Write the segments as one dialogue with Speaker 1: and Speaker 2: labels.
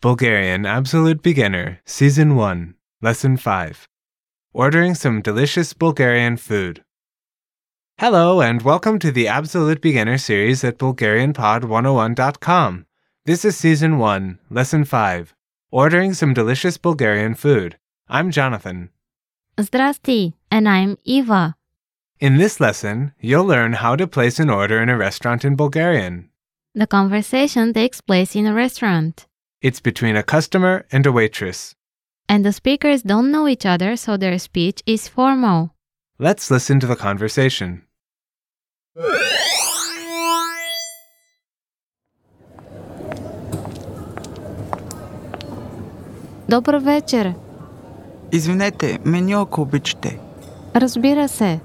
Speaker 1: Bulgarian Absolute Beginner, Season 1, Lesson 5 Ordering Some Delicious Bulgarian Food. Hello, and welcome to the Absolute Beginner series at BulgarianPod101.com. This is Season 1, Lesson 5 Ordering Some Delicious Bulgarian Food. I'm Jonathan.
Speaker 2: Здрасти, and I'm Eva.
Speaker 1: In this lesson, you'll learn how to place an order in a restaurant in Bulgarian.
Speaker 2: The conversation takes place in a restaurant,
Speaker 1: It's between a customer and a waitress.
Speaker 2: and the speakers don't know each other, so their speech is formal.
Speaker 1: Let's listen to the conversation.
Speaker 2: Добър вечер.
Speaker 3: Извинете, меню, ако обичате.
Speaker 2: Разбира се.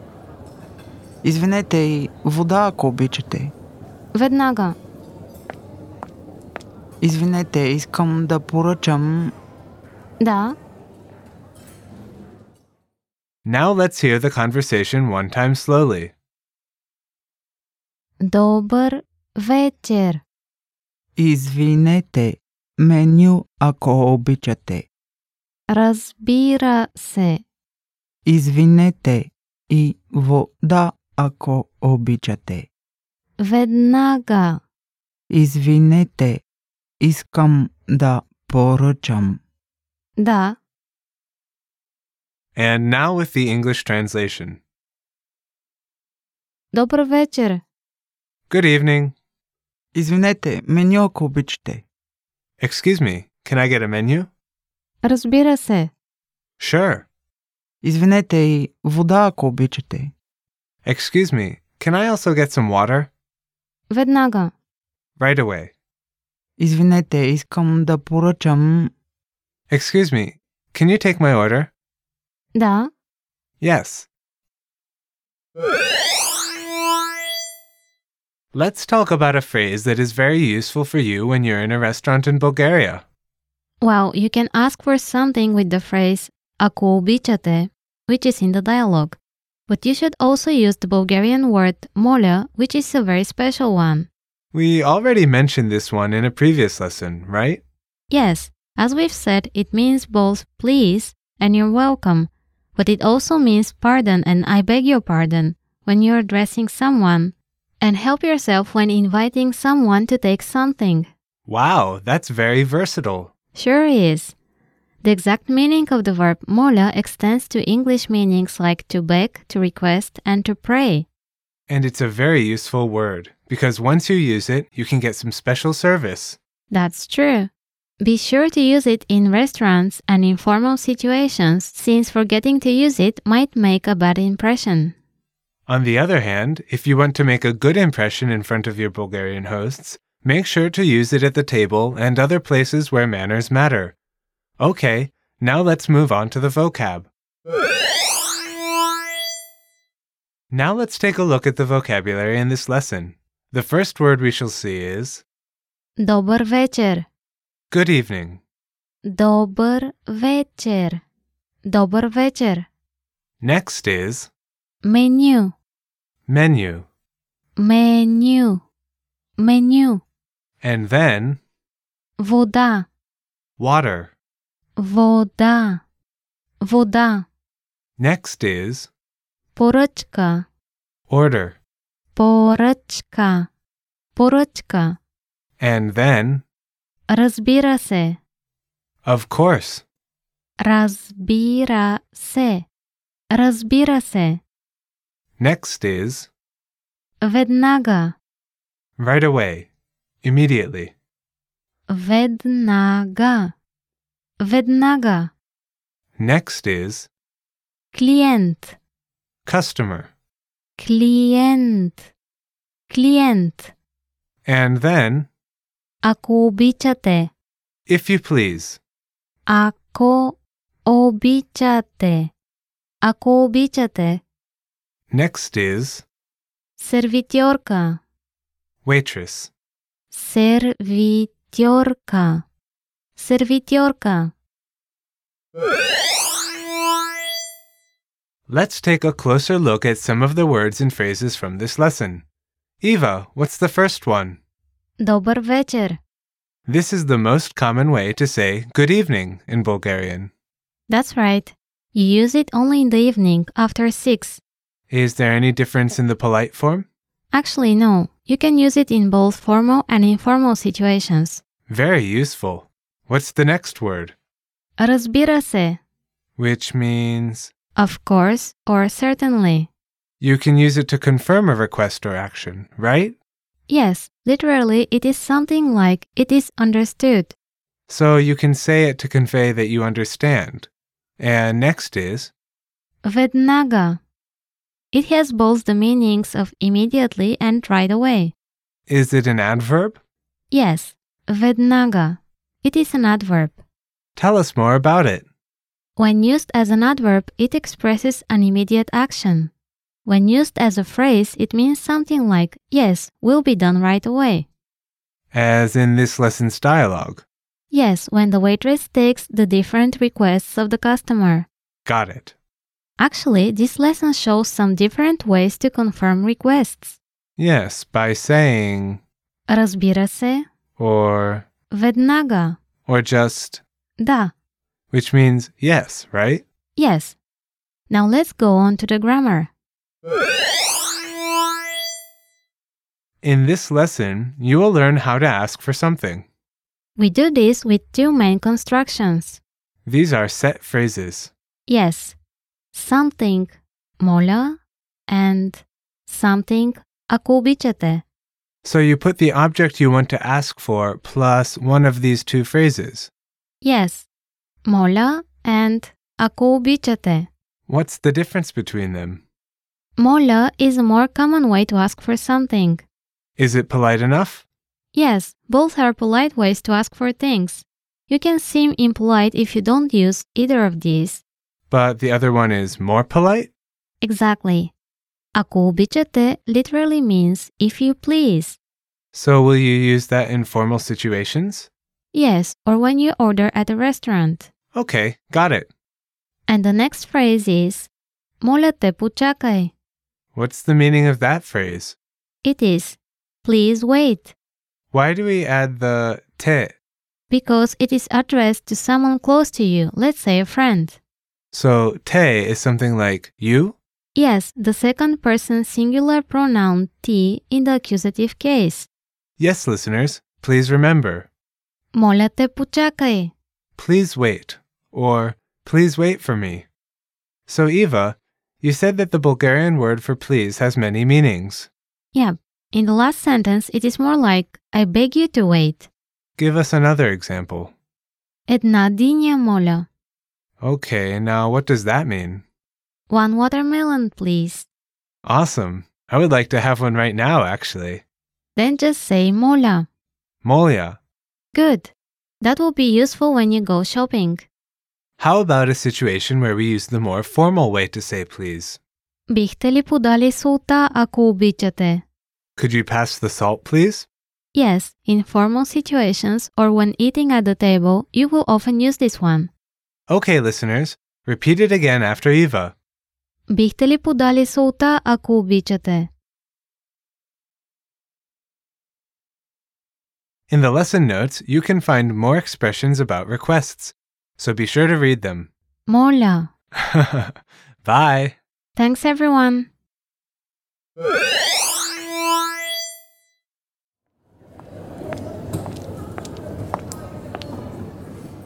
Speaker 3: Извинете и вода, ако обичате.
Speaker 2: Веднага.
Speaker 3: Извинете, искам да поръчам.
Speaker 2: Да,
Speaker 1: Now let's hear the conversation one time slowly.
Speaker 2: добър вечер.
Speaker 3: Извинете, меню, ако обичате.
Speaker 2: Разбира се.
Speaker 3: Извинете и вода, ако обичате.
Speaker 2: Веднага.
Speaker 3: Извинете, искам да поръчам.
Speaker 2: Да,
Speaker 1: And now with the English translation.
Speaker 2: добър вечер.
Speaker 1: Good evening.
Speaker 3: Извинете, меню, ако обичате.
Speaker 1: Excuse me, can I get a menu?
Speaker 2: Разбира се.
Speaker 1: Sure.
Speaker 3: Извинете и вода, ако обичате.
Speaker 1: Excuse me, can I also get some water?
Speaker 2: Веднага.
Speaker 1: Right away.
Speaker 3: Извинете, искам да поръчам.
Speaker 1: Excuse me, can you take my order?
Speaker 2: Да,
Speaker 1: Yes. Let's talk about a phrase that is very useful for you when you're in a restaurant in Bulgaria.
Speaker 2: Well, you can ask for something with the phrase ako обичате, which is in the dialogue. But you should also use the Bulgarian word moля, which is a very special one.
Speaker 1: We already mentioned this one in a previous lesson, right?
Speaker 2: Yes, as we've said, it means both please and you're welcome, but it also means pardon and I beg your pardon when you're addressing someone, and help yourself when inviting someone to take something.
Speaker 1: Wow, that's very versatile.
Speaker 2: Sure is. The exact meaning of the verb mola extends to English meanings like to beg, to request, and to pray.
Speaker 1: And it's a very useful word because once you use it, you can get some special service.
Speaker 2: That's true. Be sure to use it in restaurants and informal situations since forgetting to use it might make a bad impression.
Speaker 1: On the other hand, if you want to make a good impression in front of your Bulgarian hosts, make sure to use it at the table and other places where manners matter. Okay, now let's move on to the vocab. Now let's take a look at the vocabulary in this lesson. The first word we shall see is
Speaker 2: Добър вечер.
Speaker 1: good evening.
Speaker 2: Добър вечер. Добър вечер.
Speaker 1: Next is
Speaker 2: Меню.
Speaker 1: menu,
Speaker 2: Меню. Меню.
Speaker 1: and then
Speaker 2: Вода.
Speaker 1: water.
Speaker 2: Вода. Вода.
Speaker 1: Next is
Speaker 2: Поръчка.
Speaker 1: order,
Speaker 2: Поръчка. Поръчка.
Speaker 1: and then,
Speaker 2: Разбира се.
Speaker 1: of course.
Speaker 2: Разбира се. Разбира се.
Speaker 1: Next is
Speaker 2: Веднага.
Speaker 1: right away, immediately.
Speaker 2: Веднага. Веднага.
Speaker 1: Next is
Speaker 2: Клиент.
Speaker 1: customer,
Speaker 2: Клиент. Клиент.
Speaker 1: and then,
Speaker 2: Ако обичате.
Speaker 1: if you please.
Speaker 2: Ако обичате. Ако обичате.
Speaker 1: Next is
Speaker 2: Сервитьорка.
Speaker 1: waitress.
Speaker 2: Сервитьорка. Сервитьорка.
Speaker 1: Let's take a closer look at some of the words and phrases from this lesson. Eva, what's the first one?
Speaker 2: Добър вечер.
Speaker 1: This is the most common way to say good evening in Bulgarian.
Speaker 2: That's right. You use it only in the evening after 6.
Speaker 1: Is there any difference in the polite form?
Speaker 2: Actually, no. You can use it in both formal and informal situations.
Speaker 1: Very useful. What's the next word?
Speaker 2: Разбира се.
Speaker 1: Which means
Speaker 2: Of course or certainly.
Speaker 1: you can use it to confirm a request or action, right?
Speaker 2: Yes, literally it is something like it is understood.
Speaker 1: So you can say it to convey that you understand. And next is
Speaker 2: Vednaga. It has both the meanings of immediately and right away.
Speaker 1: is it an adverb?
Speaker 2: Yes, vednaga. It is an adverb.
Speaker 1: Tell us more about it.
Speaker 2: When used as an adverb, it expresses an immediate action. When used as a phrase, it means something like, yes, will be done right away.
Speaker 1: As in this lesson's dialogue.
Speaker 2: Yes, when the waitress takes the different requests of the customer.
Speaker 1: Got it.
Speaker 2: Actually, this lesson shows some different ways to confirm requests.
Speaker 1: Yes, by saying
Speaker 2: Разбира се,
Speaker 1: or
Speaker 2: веднага.
Speaker 1: or just
Speaker 2: Да,
Speaker 1: which means yes, right?
Speaker 2: yes. Now let's go on to the grammar.
Speaker 1: In this lesson, you will learn how to ask for something.
Speaker 2: We do this with two main constructions.
Speaker 1: These are set phrases.
Speaker 2: Yes. Something, моля, and something, ако обичате.
Speaker 1: So you put the object you want to ask for plus one of these two phrases.
Speaker 2: Yes. Моля and ако обичате.
Speaker 1: What's the difference between them?
Speaker 2: Моля is a more common way to ask for something.
Speaker 1: Is it polite enough?
Speaker 2: Yes, both are polite ways to ask for things. You can seem impolite if you don't use either of these.
Speaker 1: But the other one is more polite?
Speaker 2: Exactly. Ако обичате literally means if you please.
Speaker 1: So will you use that in formal situations?
Speaker 2: Yes, or when you order at a restaurant.
Speaker 1: Okay, got it.
Speaker 2: And the next phrase is Моля те, почакай.
Speaker 1: What's the meaning of that phrase?
Speaker 2: It is Please wait,
Speaker 1: Why do we add the te?
Speaker 2: because it is addressed to someone close to you, let's say a friend.
Speaker 1: So te is something like you?
Speaker 2: Yes, the second person singular pronoun ти in the accusative case.
Speaker 1: Yes, listeners, please remember.
Speaker 2: Моля те, почакай.
Speaker 1: please wait, or please wait for me. So, Eva, you said that the Bulgarian word for please has many meanings.
Speaker 2: Yeah, in the last sentence, it is more like I beg you to wait.
Speaker 1: Give us another example.
Speaker 2: Една диня, моля.
Speaker 1: Okay, now what does that mean?
Speaker 2: One watermelon, please.
Speaker 1: Awesome. I would like to have one right now, actually.
Speaker 2: Then just say моля.
Speaker 1: Molia,
Speaker 2: Good. That will be useful when you go shopping.
Speaker 1: how about a situation where we use the more formal way to say please?
Speaker 2: Бихте ли подали солта, ако обичате?
Speaker 1: Could you pass the salt, please?
Speaker 2: Yes, in formal situations or when eating at the table, you will often use this one.
Speaker 1: Okay, listeners, repeat it again after Eva.
Speaker 2: Бихте ли подали солта, ако обичате?
Speaker 1: In the lesson notes, you can find more expressions about requests, so be sure to read them.
Speaker 2: Моля.
Speaker 1: Bye.
Speaker 2: Thanks everyone.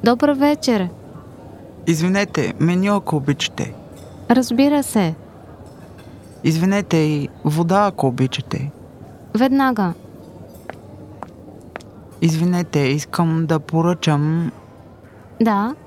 Speaker 2: Добър вечер.
Speaker 3: Извинете, меню, ако обичате.
Speaker 2: Разбира се.
Speaker 3: Извинете и вода, ако обичате.
Speaker 2: Веднага.
Speaker 3: Извинете, искам да поръчам
Speaker 2: Да,